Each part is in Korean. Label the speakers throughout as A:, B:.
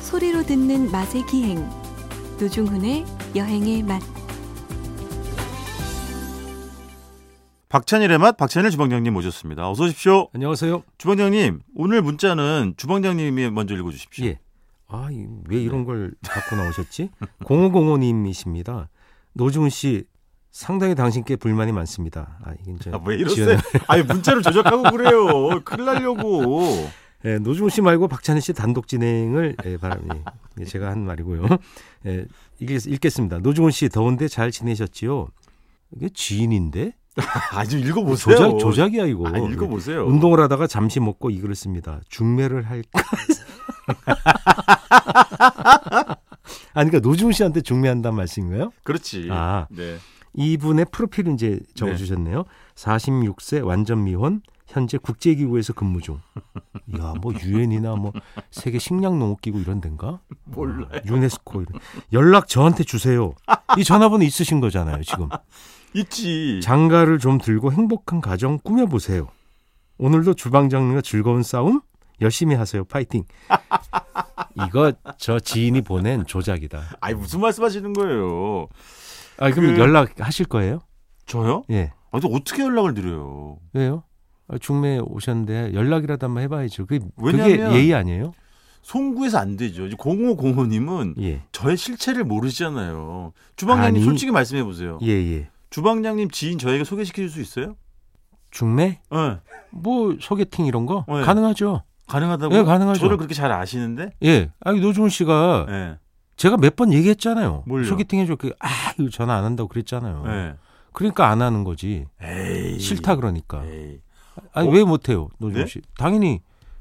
A: 소리로 듣는 맛의 기행 노중훈의 여행의 맛
B: 박찬일의 맛 박찬일 주방장님 모셨습니다. 어서 오십시오.
C: 안녕하세요.
B: 주방장님 오늘 문자는 주방장님이 먼저 읽어주십시오.
C: 예. 아, 이- 왜
B: 네.
C: 이런 걸 갖고 나오셨지? 0505님이십니다. 노준 씨, 상당히 당신께 불만이 많습니다. 아, 이건 이제.
B: 아, 왜 이러세요?
C: 지연을-
B: 아니 문자를 조작하고 그래요. 큰일 날려고.
C: 예, 노준 씨 말고 박찬희 씨 단독 진행을 예, 바랍니다. 예, 제가 한 말이고요. 예, 읽- 읽겠습니다. 노준 씨, 더운데 잘 지내셨지요? 이게 지인인데?
B: 아좀 읽어보세요.
C: 조작, 음. 조작이야, 이거.
B: 아, 읽어보세요.
C: 운동을 하다가 잠시 먹고 이 글을 씁니다. 중매를 할까? 아니, 그러니까 노준 씨한테 중매한다는 말씀인가요?
B: 그렇지.
C: 아.
B: 네.
C: 이분의 프로필 이제 적어주셨네요. 46세 완전 미혼 현재 국제기구에서 근무 중. 야, 뭐 유엔이나 뭐 세계 식량농업기구 이런 데인가?
B: 몰라요.
C: 아, 유네스코 이런. 연락 저한테 주세요. 이 전화번호 있으신 거잖아요 지금.
B: 있지.
C: 장가를 좀 들고 행복한 가정 꾸며보세요. 오늘도 주방장님과 즐거운 싸움 열심히 하세요. 파이팅. 이거 저 지인이 보낸 조작이다.
B: 아니 무슨 말씀하시는 거예요?
C: 아 그럼
B: 그-
C: 연락하실 거예요?
B: 저요?
C: 예.
B: 아, 저 어떻게 연락을 드려요?
C: 왜요? 아, 중매 오셨는데 연락이라도 한번 해봐야죠. 그게,
B: 왜냐면-
C: 그게 예의 아니에요?
B: 송구에서 안 되죠. 0505님은
C: 예.
B: 저의 실체를 모르시잖아요. 주방장님
C: 아니.
B: 솔직히 말씀해 보세요.
C: 예, 예.
B: 주방장님 지인 저에게 소개시켜 줄 수 있어요?
C: 중매?
B: 예.
C: 뭐 소개팅 이런 거?
B: 네.
C: 가능하죠.
B: 가능하다고?
C: 예, 가능하죠.
B: 저를 그렇게 잘 아시는데?
C: 예. 아니, 노중훈 씨가
B: 예. 네.
C: 제가 몇 번 얘기했잖아요.
B: 뭘요?
C: 소개팅 해줄게. 아, 이거 전화 안 한다고 그랬잖아요.
B: 네.
C: 그러니까 안 하는 거지.
B: 에이.
C: 싫다 그러니까.
B: 에이.
C: 아니,
B: 예. 어?
C: 왜 못해요, 노중훈
B: 네?
C: 씨? 당연히.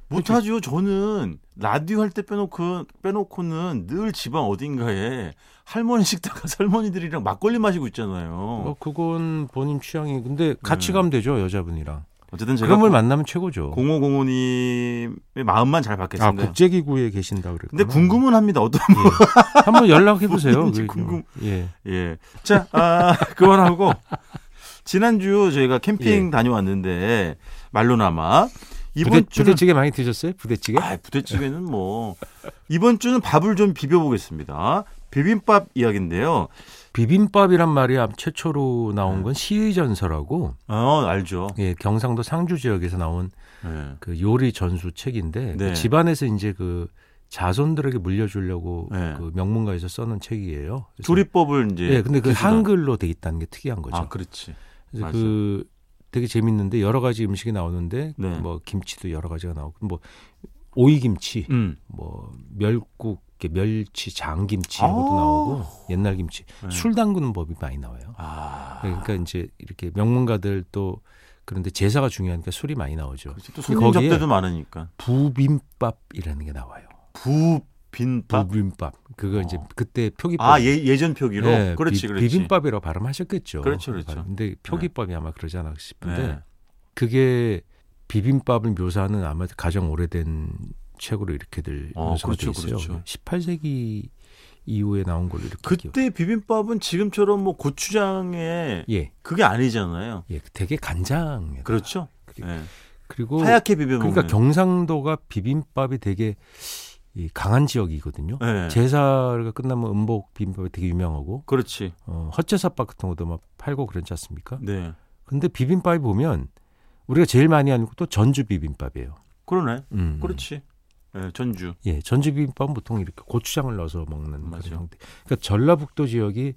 B: 못하죠. 저는 라디오 할 때 빼놓고, 빼놓고는 늘 집안 어딘가에 할머니 식당 가서 할머니들이랑 막걸리 마시고 있잖아요.
C: 어, 그건 본인 취향이. 근데 같이
B: 네.
C: 가면 되죠, 여자분이랑.
B: 어쨌든 제가
C: 그런 걸 만나면 최고죠.
B: 0505님의 마음만 잘
C: 아,
B: 받겠습니다.
C: 국제기구에 계신다 그랬구나.
B: 근데 궁금은 합니다. 어떤
C: 예. 한번 연락해 보세요.
B: 뭔지 궁금-
C: 예.
B: 예. 자, 아, 그만하고 지난주 저희가 캠핑
C: 예.
B: 다녀왔는데 말로나마 이번
C: 부대,
B: 주는
C: 부대찌개 많이 드셨어요? 부대찌개?
B: 아, 부대찌개는 뭐 이번 주는 밥을 좀 비벼 보겠습니다. 비빔밥 이야기인데요.
C: 비빔밥이란 말이 앞- 최초로
B: 아.
C: 나온 건 시의전서라고
B: 어, 알죠.
C: 예, 경상도 상주 지역에서 나온
B: 예.
C: 그 요리 전수 책인데
B: 네.
C: 그 집안에서 이제 그 자손들에게 물려주려고
B: 네.
C: 그 명문가에서 써놓은 책이에요. 그래서-
B: 조리법을 이제
C: 예, 근데 그
B: 기술한.
C: 한글로 돼 있다는 게 특이한 거죠.
B: 아, 그렇지.
C: 그래서
B: 맞아요.
C: 그 되게 재밌는데 여러 가지 음식이 나오는데
B: 네.
C: 뭐 김치도 여러 가지가 나오고 뭐 오이김치,
B: 음.
C: 뭐 멸국, 이렇게 멸치, 장김치 이런 것도
B: 아.
C: 나오고 옛날 김치,
B: 네.
C: 술 담그는 법이 많이 나와요.
B: 아.
C: 그러니까 이제 이렇게 명문가들 또 그런데 제사가 중요하니까 술이 많이 나오죠.
B: 그렇지. 또 손님
C: 거기에-
B: 접대도 많으니까.
C: 부빔밥이라는 게 나와요.
B: 부빈밥.
C: 부빔밥 그거 이제
B: 어.
C: 그때 표기법
B: 아, 예, 예전 표기로.
C: 예,
B: 그렇지,
C: 비,
B: 그렇지.
C: 비빔밥이라고 발음하셨겠죠. 아,
B: 그렇죠, 그렇죠.
C: 근데 표기법이 아마 그러지 않았 싶은데
B: 네.
C: 그게 비빔밥을 묘사하는 아마 가장 오래된 책으로 이렇게들
B: 어,
C: 묘사가 돼
B: 그렇죠,
C: 있어요.
B: 그렇죠.
C: 18세기 이후에 나온 걸로 이렇게 기억-
B: 그때 비빔밥은 지금처럼 뭐 고추장에
C: 예,
B: 그게 아니잖아요.
C: 예, 되게 간장에
B: 그렇죠.
C: 그리고,
B: 예.
C: 그리고
B: 하얗게 비벼 먹는.
C: 그러니까 경상도가 비빔밥이 되게 이 강한 지역이거든요.
B: 예.
C: 제사가 끝나면 음복 비빔밥이 되게 유명하고
B: 그렇지.
C: 어, 헛제사밥 같은 것도 막 팔고 그러지 않습니까?
B: 네.
C: 근데 비빔밥이 보면 우리가 제일 많이 하는 것도 전주 비빔밥이에요.
B: 그러네.
C: 음.
B: 그렇지. 예, 전주.
C: 예, 전주 비빔밥은 보통 이렇게 고추장을 넣어서 먹는
B: 맞아요.
C: 그런 형태. 그러니까 전라북도 지역이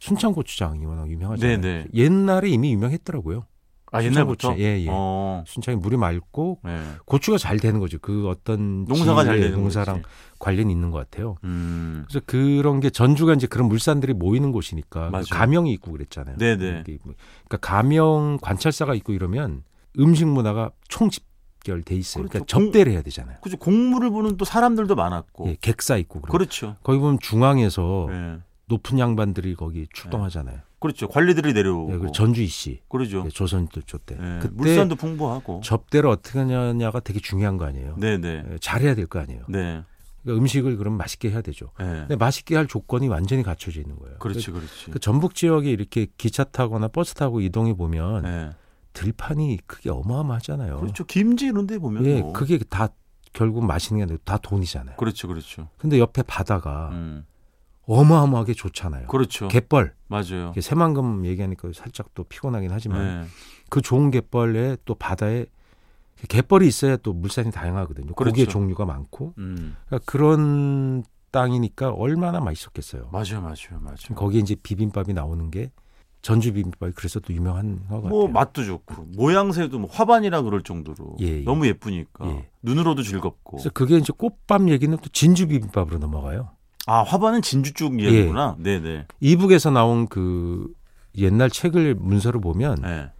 C: 순창 고추장이 워낙 유명하잖아요.
B: 네네.
C: 옛날에 이미 유명했더라고요.
B: 아,
C: 순창
B: 옛날부터.
C: 고추. 예, 예.
B: 어.
C: 순창이 물이 맑고
B: 예.
C: 고추가 잘 되는 거죠. 그 어떤
B: 농사가 잘
C: 지역의
B: 되는
C: 농사랑
B: 거지.
C: 관련이 있는 것 같아요.
B: 음.
C: 그래서 그런 게 전주가 이제 그런 물산들이 모이는 곳이니까
B: 맞아요.
C: 그 가명이 있고 그랬잖아요.
B: 네네.
C: 이렇게 뭐- 그러니까 가명 관찰사가 있고 이러면 음식 문화가 총집결돼 있어요. 그러니까
B: 그렇죠. 공-
C: 접대를 해야 되잖아요.
B: 그죠. 공물을 보는 또 사람들도 많았고.
C: 예, 어. 객사 있고 그런.
B: 그렇죠.
C: 거기 보면 중앙에서
B: 예.
C: 높은 양반들이 거기 출동하잖아요.
B: 그렇죠. 관리들이 내려오고.
C: 예, 그리고 전주희 씨,
B: 그러죠.
C: 예, 조선조 때.
B: 예.
C: 그때
B: 물산도 풍부하고.
C: 접대를 어떻게 하냐가 되게 중요한 거 아니에요.
B: 네, 네.
C: 예, 잘해야 될 거 아니에요.
B: 네.
C: 그러니까 음식을 그럼 맛있게 해야 되죠.
B: 예.
C: 근데 맛있게 할 조건이 완전히 갖춰져 있는 거예요.
B: 그렇지, 그렇지.
C: 네. 그 전북 지역에 이렇게 기차 타거나 버스 타고 이동해 보면
B: 예.
C: 들판이 그게 어마어마하잖아요.
B: 그렇죠. 김치 이런 데 보면
C: 예,
B: 뭐.
C: 그게 다 결국 마시는 게 다 돈이잖아요.
B: 그렇죠, 그렇죠.
C: 근데 옆에 바다가
B: 음.
C: 어마어마하게 좋잖아요.
B: 그렇죠.
C: 갯벌.
B: 맞아요.
C: 이게 새만금 얘기하니까 살짝 또 피곤하긴 하지만
B: 네.
C: 그 좋은 갯벌에 또 바다에 갯벌이 있어야 또 물산이 다양하거든요. 고기의
B: 그렇죠.
C: 종류가 많고
B: 음.
C: 그러니까 그런 땅이니까 얼마나 맛있었겠어요.
B: 맞아요, 맞아요, 맞아요.
C: 거기에 이제 비빔밥이 나오는 게 전주 비빔밥이 그래서 또 유명한 것 같아요.
B: 뭐 맛도 좋고 모양새도 뭐 화반이라 그럴 정도로
C: 예, 예.
B: 너무 예쁘니까
C: 예.
B: 눈으로도 즐겁고.
C: 그래서 그게 이제 꽃밥 얘기는 또 진주 비빔밥으로 넘어가요.
B: 아 화반은 진주 쪽 이야기구나.
C: 예.
B: 네, 네.
C: 이북에서 나온 그 옛날 책을 문서를 보면
B: 네.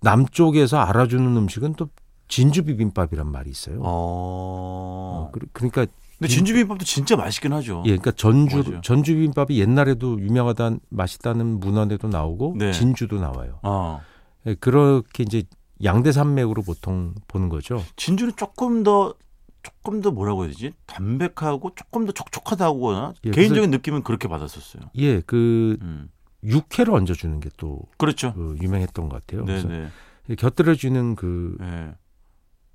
C: 남쪽에서 알아주는 음식은 또 진주 비빔밥이란 말이 있어요.
B: 어.
C: 어, 그- 그러니까
B: 근데 진주 비빔밥도 진짜 맛있긴 하죠.
C: 예, 그러니까 전주
B: 맞아요.
C: 전주 비빔밥이 옛날에도 유명하다 맛있다는 문헌에도 나오고
B: 네.
C: 진주도 나와요.
B: 어.
C: 예, 그렇게 이제 양대 산맥으로 보통 보는 거죠.
B: 진주는 조금 더 조금 더 뭐라고 해야 되지? 담백하고 조금 더 촉촉하다고나
C: 예,
B: 개인적인 느낌은 그렇게 받았었어요.
C: 예, 그
B: 음.
C: 육회를 얹어주는 게 또
B: 그렇죠.
C: 유명했던 것 같아요.
B: 네,
C: 예, 그래서
B: 네.
C: 곁들여주는 그
B: 예.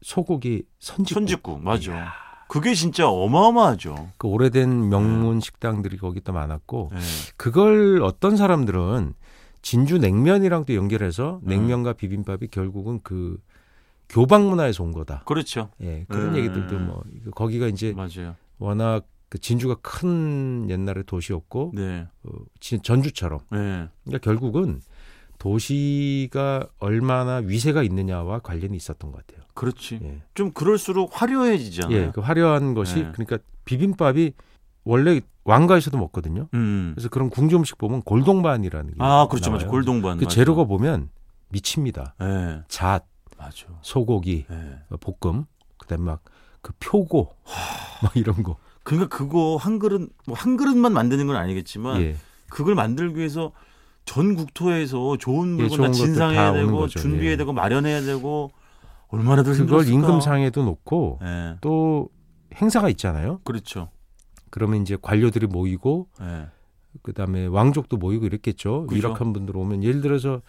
C: 소고기 선지
B: 천직구 맞아. 그게 진짜 어마어마하죠.
C: 그
B: 네.
C: 오래된 명문 식당들이 거기 또 많았고
B: 예.
C: 그걸 어떤 사람들은 진주 냉면이랑 또 연결해서
B: 음.
C: 냉면과 비빔밥이 결국은 그 교방 문화에서 온 거다.
B: 그렇죠.
C: 예, 그런
B: 음.
C: 얘기들도 뭐 이거 거기가 이제
B: 맞아요.
C: 워낙 그 진주가 큰 옛날의 도시였고
B: 네.
C: 어, 진- 전주처럼
B: 네.
C: 그러니까 결국은 도시가 얼마나 위세가 있느냐와 관련이 있었던 것 같아요.
B: 그렇지.
C: 예,
B: 좀 그럴수록 화려해지잖아요.
C: 예, 그 화려한 것이
B: 네.
C: 그러니까 비빔밥이 원래 왕가에서도 먹거든요.
B: 음.
C: 그래서 그런 궁지 음식 보면 골동반이라는 게
B: 아, 그렇죠.
C: 나와요.
B: 맞아. 골동반.
C: 그
B: 맞아.
C: 재료가 보면 미칩니다.
B: 예.
C: 잣,
B: 맞아.
C: 소고기,
B: 예.
C: 어, 볶음, 그다음 막그 표고, 막 이런 거.
B: 그러니까 그거 한 그릇 뭐 한 그릇만 만드는 건 아니겠지만
C: 예,
B: 그걸 만들기 위해서 전 국토에서 좋은 물건
C: 예, 좋은
B: 다
C: 것도 다
B: 진상해야
C: 오는
B: 되고
C: 거죠.
B: 준비해야
C: 예.
B: 되고 마련해야 되고 얼마나 더
C: 그걸
B: 힘들었을까?
C: 임금상에도 놓고
B: 예.
C: 또 행사가 있잖아요.
B: 그렇죠.
C: 그러면 이제 관료들이 모이고
B: 예.
C: 그다음에 왕족도 모이고 이랬겠죠.
B: 그죠.
C: 유력한 분들 오면 예를 들어서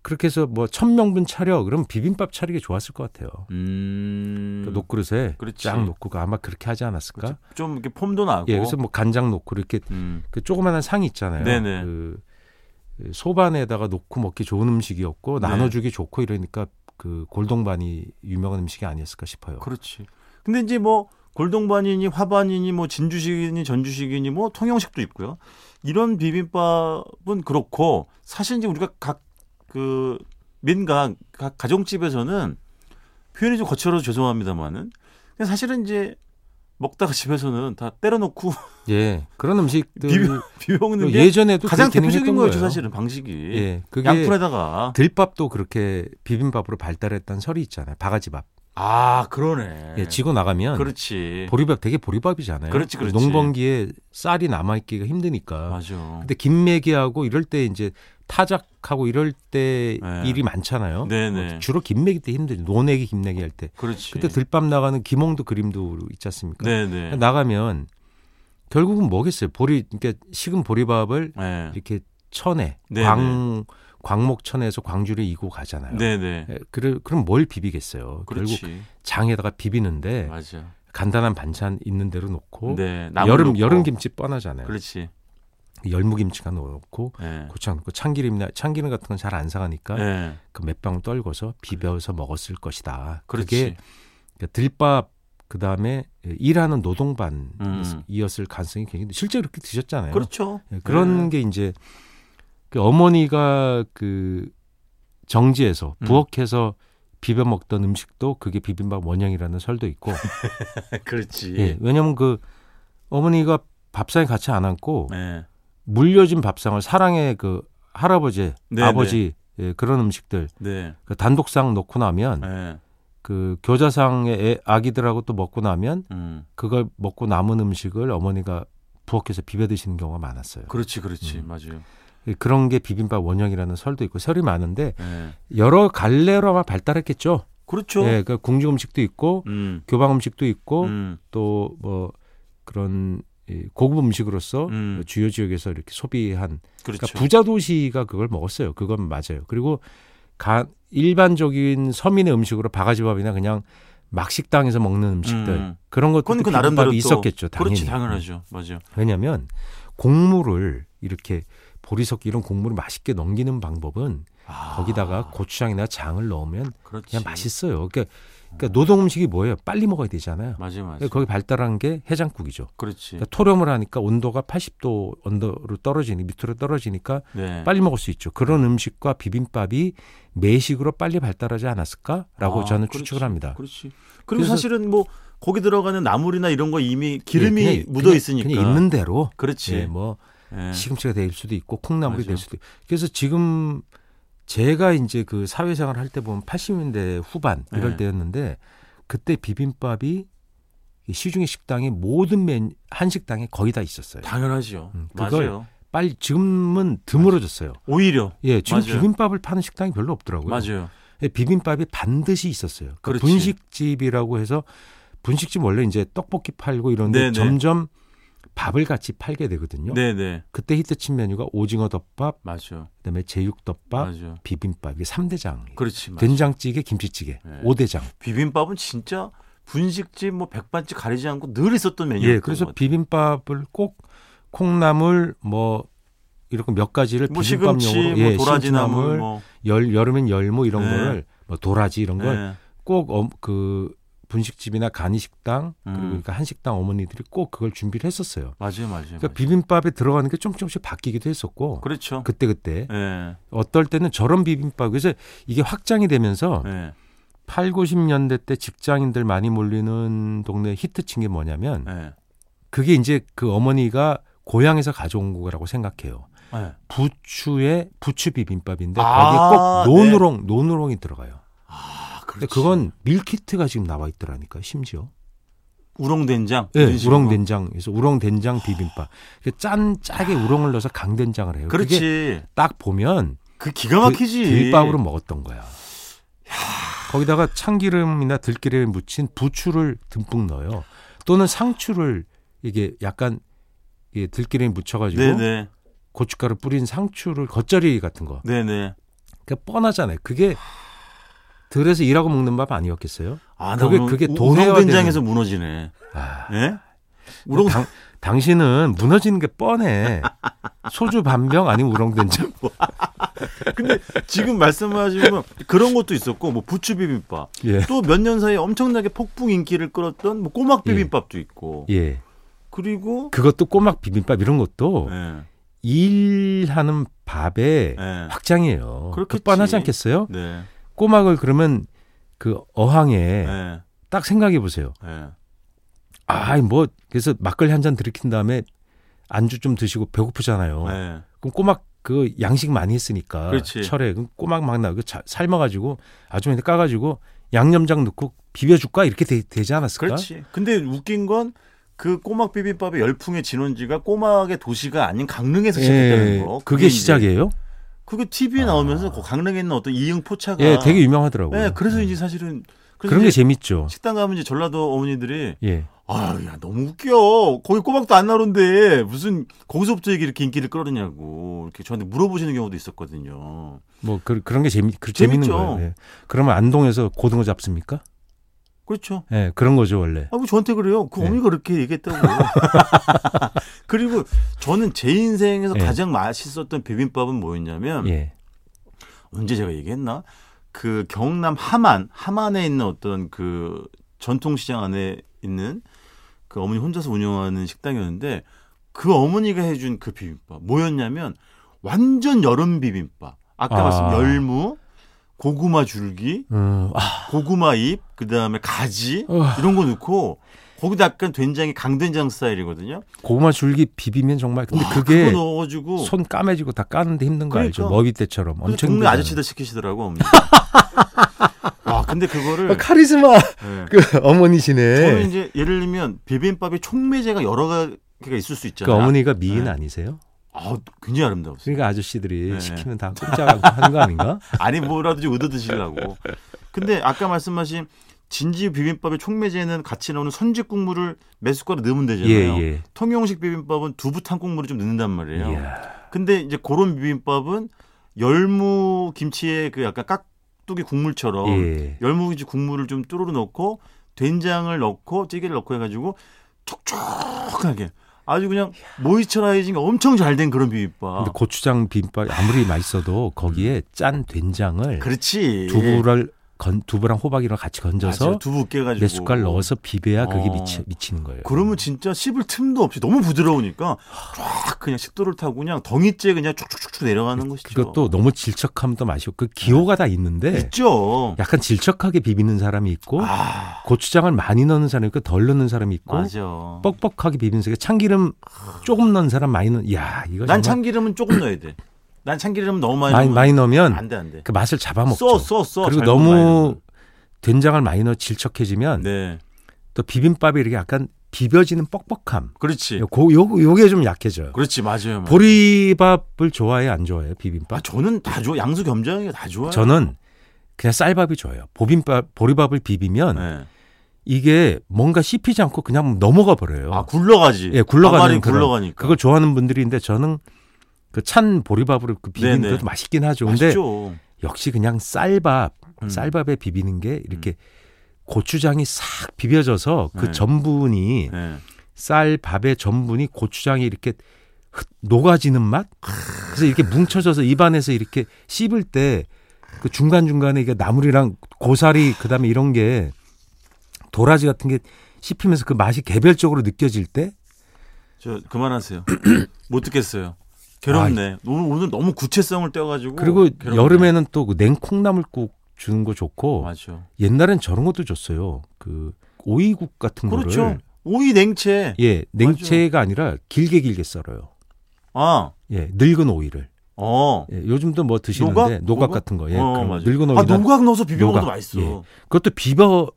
C: 그렇게 해서 뭐 천명분 차려 그러면 비빔밥 차리기 좋았을 것 같아요.
B: 음.
C: 그 녹그릇에
B: 그렇지.
C: 쫙 놓고 그 아마 그렇게 하지 않았을까?
B: 그렇죠. 좀 이렇게 폼도 나고.
C: 예, 그래서 뭐 간장 놓고 이렇게
B: 음.
C: 그 조그마한 상이 있잖아요.
B: 네네.
C: 그 소반에다가 놓고 먹기 좋은 음식이었고
B: 네.
C: 나눠주기 좋고 이러니까 그 골동반이 유명한 음식이 아니었을까 싶어요.
B: 그렇지. 근데 이제 뭐 골동반이니 화반이니 뭐 진주식이니 전주식이니 뭐 통영식도 있고요. 이런 비빔밥은 그렇고 사실 이제 우리가 각 그 민가 각 가정집에서는 표현이 좀 거칠어서 죄송합니다만은 사실은 이제 먹다가 집에서는 다 때려놓고
C: 예, 그런 음식들
B: 비벼- 비벼먹는 게
C: 예전에도
B: 가장
C: 그렇게
B: 대표적인
C: 했던
B: 거였죠
C: 거예요.
B: 사실은 방식이
C: 예, 그게
B: 양푼에다가
C: 들밥도 그렇게 비빔밥으로 발달했던 설이 있잖아요. 바가지밥.
B: 아 그러네
C: 예, 지고 나가면
B: 그렇지
C: 보리밥 되게 보리밥이잖아요.
B: 그렇지, 그렇지.
C: 농번기에 쌀이 남아있기가 힘드니까.
B: 맞아
C: 근데 김매기하고 이럴 때 이제 타작하고 이럴 때
B: 네.
C: 일이 많잖아요.
B: 네네.
C: 뭐 주로 김매기 때 힘들죠. 논내기 김내기 할 때.
B: 그렇지
C: 그때 들밥 나가는 김홍도 그림도 있지 않습니까? 그러니까
B: 네네
C: 나가면 결국은 뭐겠어요. 보리 그러니까 식은 보리밥을
B: 네.
C: 이렇게 천에
B: 네,
C: 광 광목천에서 광주를 이고 가잖아요.
B: 네네.
C: 예, 그래, 그럼 뭘 비비겠어요?
B: 그렇지.
C: 결국 장에다가 비비는데
B: 맞아.
C: 간단한 반찬 있는 대로 놓고
B: 네. 나물
C: 뭐 여름
B: 넣고.
C: 여름 김치 뻔하잖아요.
B: 그렇지.
C: 열무김치가 넣고
B: 예.
C: 고창 넣고 참기름이나 참기름 같은 건 잘 안 사가니까
B: 예.
C: 그 맷방울 떨궈서 비벼서 먹었을 것이다.
B: 그렇지.
C: 그게 그러니까 들밥 그 다음에 일하는
B: 음.
C: 노동반이었을 가능성이 굉장히 실제 로 그렇게 드셨잖아요.
B: 그렇죠.
C: 예, 그런 게 이제 그 어머니가 그 정지에서
B: 음.
C: 부엌에서 비벼 먹던 음식도 그게 비빔밥 원형이라는 설도 있고
B: 예. 그렇지.
C: 예,
B: 예.
C: 왜냐하면 그 어머니가 밥상에 같이 안 앉고
B: 네,
C: 물려진 밥상을 사랑의 그 할아버지
B: 네,
C: 아버지 예, 그런 음식들
B: 네.
C: 그 단독상 놓고 나면
B: 예.
C: 그 교자상에 애- 아기들하고 또 먹고 나면
B: 음.
C: 그걸 먹고 남은 음식을 어머니가 부엌에서 비벼 드시는 경우가 많았어요.
B: 그렇지. 그렇지. 맞아요.
C: 예, 그런 게 비빔밥 원형이라는 설도 있고 설이 많은데
B: 예.
C: 여러 갈래로 아마 발달했겠죠.
B: 그렇죠.
C: 예, 그 궁중 음식도 있고
B: 음.
C: 교방 음식도 있고
B: 음.
C: 또 뭐 그런 이 고급 음식으로서
B: 음.
C: 주요 지역에서 이렇게 소비한
B: 그렇죠.
C: 그러니까 부자 도시가 그걸 먹었어요. 그건 맞아요. 그리고 가, 일반적인 서민의 음식으로 바가지밥이나 그냥 막식당에서 먹는 음식들
B: 음.
C: 그런 것도
B: 그건 그 나름대로
C: 비빔밥이
B: 또-
C: 있었겠죠. 당연히. 네. 음.
B: 그렇지 당연하죠. 맞아요.
C: 왜냐하면 국물을 이렇게 보리석 이런 국물을 맛있게 넘기는 방법은
B: 아,
C: 거기다가 고추장이나 장을 넣으면
B: 그렇지.
C: 그냥 맛있어요. 그러니까, 그러니까 노동 음식이 뭐예요? 빨리 먹어야 되잖아요.
B: 맞아요, 네. 맞아요.
C: 그러니까 거기 발달한 게 해장국이죠.
B: 그렇지.
C: 그러니까 토렴을 하니까 온도가 80도 언더로 떨어지니 밑으로 떨어지니까
B: 네.
C: 빨리 먹을 수 있죠. 그런 음식과 비빔밥이 매식으로 빨리 발달하지 않았을까라고
B: 아,
C: 저는
B: 그렇지.
C: 추측을 합니다.
B: 그렇지. 그리고
C: 그래서-
B: 사실은 뭐 거기 들어가는 나물이나 이런 거 이미 기름이
C: 예, 그냥-
B: 묻어
C: 그냥-
B: 있으니까.
C: 그냥 있는 대로
B: 그렇지.
C: 예, 뭐
B: 예.
C: 시금치가 될 수도 있고 콩나물이
B: 맞아요.
C: 될 수도 있고 그래서 지금 제가 이제 그 사회생활 할 때 보면 80년대 후반 이럴
B: 네.
C: 때였는데 그때 비빔밥이 이 시중의 식당의 모든 메뉴 한 식당에 거의 다 있었어요.
B: 당연하죠.
C: 음, 그걸-
B: 맞아요.
C: 빨리 지금은 드물어졌어요.
B: 오히려
C: 예, 지금
B: 맞아요.
C: 비빔밥을 파는 식당이 별로 없더라고요.
B: 맞아요.
C: 예, 비빔밥이 반드시 있었어요. 그
B: 그렇지.
C: 분식집이라고 해서 분식집 원래 이제 떡볶이 팔고 이런데
B: 네네.
C: 점점 밥을 같이 팔게 되거든요.
B: 네, 네.
C: 그때 히트친 메뉴가 오징어 덮밥,
B: 맞아요.
C: 그다음에 제육덮밥,
B: 맞아요.
C: 비빔밥 이게 3대장.
B: 그렇지. 맞아요.
C: 된장찌개, 김치찌개,
B: 네.
C: 오 5대장.
B: 비빔밥은 진짜 분식집 뭐 백반집 가리지 않고 늘 있었던 메뉴.
C: 예, 그래서 비빔밥을 꼭 콩나물 뭐 이렇게 몇 가지를
B: 뭐
C: 비빔밥용으로
B: 시금치,
C: 예,
B: 뭐 도라지나물
C: 시금치나물,
B: 뭐
C: 열 여름엔 열무 이런
B: 네.
C: 거를 뭐 도라지 이런 걸
B: 예.
C: 꼭 그 분식집이나 간이식당
B: 음.
C: 그리고 그러니까 한식당 어머니들이 꼭 그걸 준비를 했었어요.
B: 맞아요, 맞아요.
C: 그러니까
B: 맞아요.
C: 비빔밥에 들어가는 게 조금 조금씩 바뀌기도 했었고
B: 그렇죠.
C: 그때 그때
B: 예.
C: 어떨 때는 저런 비빔밥 그래서 이게 확장이 되면서
B: 예.
C: 8, 90년대 때 직장인들 많이 몰리는 동네 히트친 게 뭐냐면
B: 예.
C: 그게 이제 그 어머니가 고향에서 가져온 거라고 생각해요.
B: 예.
C: 부추에 부추 비빔밥인데
B: 아,
C: 거기에 꼭 노누롱 노누롱이 들어가요.
B: 아,
C: 근데
B: 그렇지.
C: 그건 밀키트가 지금 나와 있더라니까 심지어.
B: 우렁 된장.
C: 예,
B: 이런 식으로.
C: 우렁 된장에서 우렁 된장 비빔밥. 이렇게 짠 짜게 우렁을 넣어서 강된장을 해요.
B: 그렇지.
C: 게딱 보면
B: 그 기가
C: 그
B: 막히지.
C: 들밥으로 먹었던 거야. 거기다가 참기름이나 들기름에 묻힌 부추를 듬뿍 넣어요. 또는 상추를 이게 약간 이게 들기름에 묻혀가지고
B: 네네.
C: 고춧가루 뿌린 상추를 겉절이 같은 거.
B: 네네.
C: 그러니까 뻔하잖아요. 그게 들에서 일하고 먹는 밥 아니었겠어요?
B: 아,
C: 그게-
B: 나
C: 그게
B: 우렁-
C: 도회화되는-
B: 우렁 된장에서 무너지네.
C: 아,
B: 예? 우렁
C: 당, 당신은 무너지는 게 뻔해. 소주 반병 아니면 우렁된장.
B: 근데
C: 아.
B: 지금 말씀하시면 그런 것도 있었고 뭐 부추 비빔밥
C: 예.
B: 또 몇 년 사이에 엄청나게 폭풍 인기를 끌었던 뭐 꼬막 비빔밥도 있고
C: 예.
B: 그리고
C: 그것도 꼬막 비빔밥 이런 것도
B: 예,
C: 일하는 밥의
B: 예.
C: 확장이에요.
B: 그렇겠지.
C: 뻔하지 않겠어요?
B: 네,
C: 꼬막을 그러면 그 어항에
B: 예,
C: 딱 생각해 보세요.
B: 예.
C: 아, 뭐 그래서 막걸리 한 잔 들이킨 다음에 안주 좀 드시고 배고프잖아요.
B: 예.
C: 그럼 꼬막 그 양식 많이 했으니까
B: 그렇지.
C: 철에 그럼 꼬막 막 나고 삶아가지고 아주머니 까가지고 양념장 넣고 비벼줄까 이렇게 되, 지 않았을까?
B: 그렇지. 근데 웃긴 건 그 꼬막 비빔밥의 열풍의 진원지가 꼬막의 도시가 아닌 강릉에서 시작했다는
C: 예,
B: 거.
C: 그게
B: 이제-
C: 시작이에요?
B: 그게 TV에 나오면서 그 강릉에 있는 어떤 이응 포차가
C: 아. 예, 되게 유명하더라고요.
B: 아.
C: 음.
B: 예, 그래서 이제 사실은 그래서
C: 그런 게
B: 이제
C: 재밌죠.
B: 식당 가면 이제 전라도 어머니들이
C: 예.
B: 아야 너무 웃겨 거기 꼬박도 안 나오는데 무슨 거기서부터 이게 이렇게 인기를 끌었냐고 이렇게 저한테 물어보시는 경우도 있었거든요.
C: 뭐 그, 런게 재미 그, 재밌는
B: 재밌죠.
C: 거예요. 예. 그러면 안동에서 고등어 잡습니까?
B: 그렇죠.
C: 예, 그런 거죠 원래.
B: 아왜 저한테 그래요? 그
C: 네.
B: 어머니가 그렇게 얘기했다고. 그리고 저는 제 인생에서
C: 예.
B: 가장 맛있었던 비빔밥은 뭐였냐면
C: 예.
B: 언제 제가 얘기했나? 그 경남 함안 함안에 있는 어떤 그 전통시장 안에 있는 그 어머니 혼자서 운영하는 식당이었는데 그 어머니가 해준 그 비빔밥 뭐였냐면 완전 여름 비빔밥 아까
C: 아.
B: 말씀 열무 고구마 줄기
C: 음, 아,
B: 고구마 잎 그다음에 가지
C: 어,
B: 이런 거 넣고 거기다 약간 된장이 강된장 스타일이거든요
C: 고구마 줄기 비비면 정말 근데
B: 와,
C: 그게
B: 그거 넣어가지고
C: 손 까매지고 다 까는데 힘든 거 알죠?
B: 그러니까.
C: 머위 때처럼
B: 그래서
C: 엄청
B: 동네
C: 힘들잖아요.
B: 아저씨들 시키시더라고 어머니 와 근데
C: 아,
B: 그거를
C: 카리스마
B: 예.
C: 그
B: 저는
C: 어머니시네. 그
B: 이제 예를 들면 비빔밥의 총매제가 여러 가지가 있을 수
C: 그
B: 있잖아요.
C: 어머니가 미인
B: 네.
C: 아니세요?
B: 아, 굉장히 아름다웠어요.
C: 그러니까 아저씨들이
B: 네.
C: 시키면 다 꼼짝하고 하는 거 아닌가?
B: 아니 뭐라든지 얻어 드시려고. 근데 아까 말씀하신 진지 비빔밥의 총매제는 같이 나오는 선지 국물을 몇 숟가락 넣으면 되잖아요.
C: 예, 예.
B: 통영식 비빔밥은 두부 탕국물을 좀 넣는단 말이에요.
C: 이야.
B: 근데 이제 그런 비빔밥은 열무 김치의 그 약간 깍두기 국물처럼
C: 예.
B: 열무김치 국물을 좀 뚜루루 넣고 된장을 넣고 찌개를 넣고 해가지고 촉촉하게 아주 그냥 모이스처라이징 엄청 잘 된 그런 비빔밥.
C: 근데 고추장 비빔밥 아무리 맛있어도 거기에 짠 된장을
B: 음. 그렇지.
C: 두부를 건, 두부랑 호박이랑 같이
B: 맞아요.
C: 건져서
B: 두부 깨가지고
C: 몇 숟갈 넣어서 비벼야 그게
B: 어.
C: 미치, 미치는 거예요.
B: 그러면 진짜 씹을 틈도 없이 너무 부드러우니까 쫙 그냥 식도를 타고 그냥 덩이째 그냥 쭉쭉쭉 내려가는 것이죠. 네.
C: 그것도 너무 질척하면 또 맛이 없고 그 기호가 다 있는데
B: 있죠.
C: 약간 질척하게 비비는 사람이 있고
B: 아
C: 고추장을 많이 넣는 사람이 있고 덜 넣는 사람이 있고
B: 맞아.
C: 뻑뻑하게 비비는 사람 참기름 조금 넣은 사람 많이 넣는 야 이거
B: 난
C: 네, 정말
B: 참기름은 조금 넣어야 돼. 난 참기름 너무 많이
C: 많이,
B: 넣으면
C: 많이 넣으면
B: 안돼 안돼.
C: 그 맛을 잡아먹죠.
B: 써 써 써.
C: 그리고
B: 잘못 많이
C: 너무
B: 넣으면.
C: 된장을 많이 넣어 질척해지면
B: 네
C: 또 비빔밥이 이렇게 약간 비벼지는 뻑뻑함.
B: 그렇지
C: 요, 고- 요, 요게 좀 약해져요.
B: 네. 그렇지 맞아요. 맞아요.
C: 보리밥을 좋아해 안 좋아해요 비빔밥?
B: 아, 저는 다 좋아 양수 겸장이 다 좋아요.
C: 어. 저는 그냥 쌀밥이 좋아요. 보빔밥 보리밥을 비비면
B: 네.
C: 이게 뭔가 씹히지 않고 그냥 넘어가 버려요.
B: 아 굴러가지.
C: 예, 굴러가는
B: 가마리
C: 그런-
B: 굴러가니까.
C: 그걸 좋아하는 분들인데 저는 그 찬 보리밥으로 그 비비는
B: 네네.
C: 것도 맛있긴 하죠. 근데
B: 맛있죠.
C: 역시 그냥 쌀밥,
B: 음.
C: 쌀밥에 비비는 게 이렇게 고추장이 싹 비벼져서 그
B: 네.
C: 전분이
B: 네.
C: 쌀밥의 전분이 고추장이 이렇게 흩- 녹아지는 맛? 그래서 이렇게 뭉쳐져서 입안에서 이렇게 씹을 때 그 중간중간에 이게 나물이랑 고사리 그다음에 이런 게 도라지 같은 게 씹히면서 그 맛이 개별적으로 느껴질 때
B: 저 그만하세요. 못 듣겠어요. 괴롭네. 오늘 오늘 너무 구체성을 떼어가지고.
C: 아, 그리고
B: 괴롭네.
C: 여름에는 또그 냉콩나물국 주는 거 좋고
B: 맞아.
C: 옛날엔 저런 것도 줬어요. 그 오이국 같은
B: 그렇죠.
C: 거를
B: 오이 냉채.
C: 예, 냉채가 아니라 길게 길게 썰어요.
B: 아,
C: 예, 늙은 오이를.
B: 어.
C: 예, 요즘도 뭐 드시는데
B: 노각?
C: 노각,
B: 노각?
C: 같은 거. 예,
B: 어,
C: 그런
B: 맞아요.
C: 늙은 오이나
B: 아 노각 넣어서 비벼 먹어도
C: 노각.
B: 맛있어.
C: 예. 그것도 비벼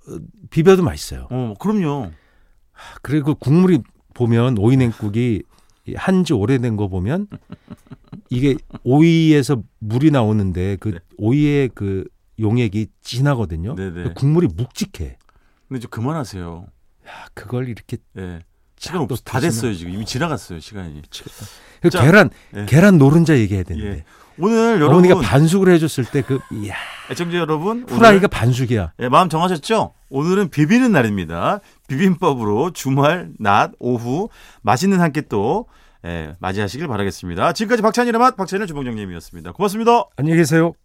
C: 비벼도 맛있어요.
B: 어, 그럼요.
C: 그리고 국물이 보면 오이냉국이 한 지 오래된 거 보면 이게 오이에서 물이 나오는데 그
B: 네.
C: 오이의 그 용액이 진하거든요.
B: 네네.
C: 그 국물이 묵직해.
B: 근데 좀 그만하세요.
C: 아, 그걸 이렇게
B: 예. 시간
C: 또
B: 없어. 다
C: 드시면-
B: 됐어요 지금 이미 지나갔어요 시간이.
C: 그
B: 자,
C: 계란
B: 예.
C: 계란 노른자 얘기해야 되는데
B: 오늘 여러분
C: 어머니가 반숙을 해줬을 때 그 이야
B: 애청자 여러분 오늘-
C: 후라이가 반숙이야.
B: 예, 마음 정하셨죠? 오늘은 비비는 날입니다. 비빔밥으로 주말 낮 오후 맛있는 한 끼 또 예, 맞이하시길 바라겠습니다. 지금까지 박찬일의 맛 박찬일 주방장님이었습니다. 고맙습니다.
C: 안녕히 계세요.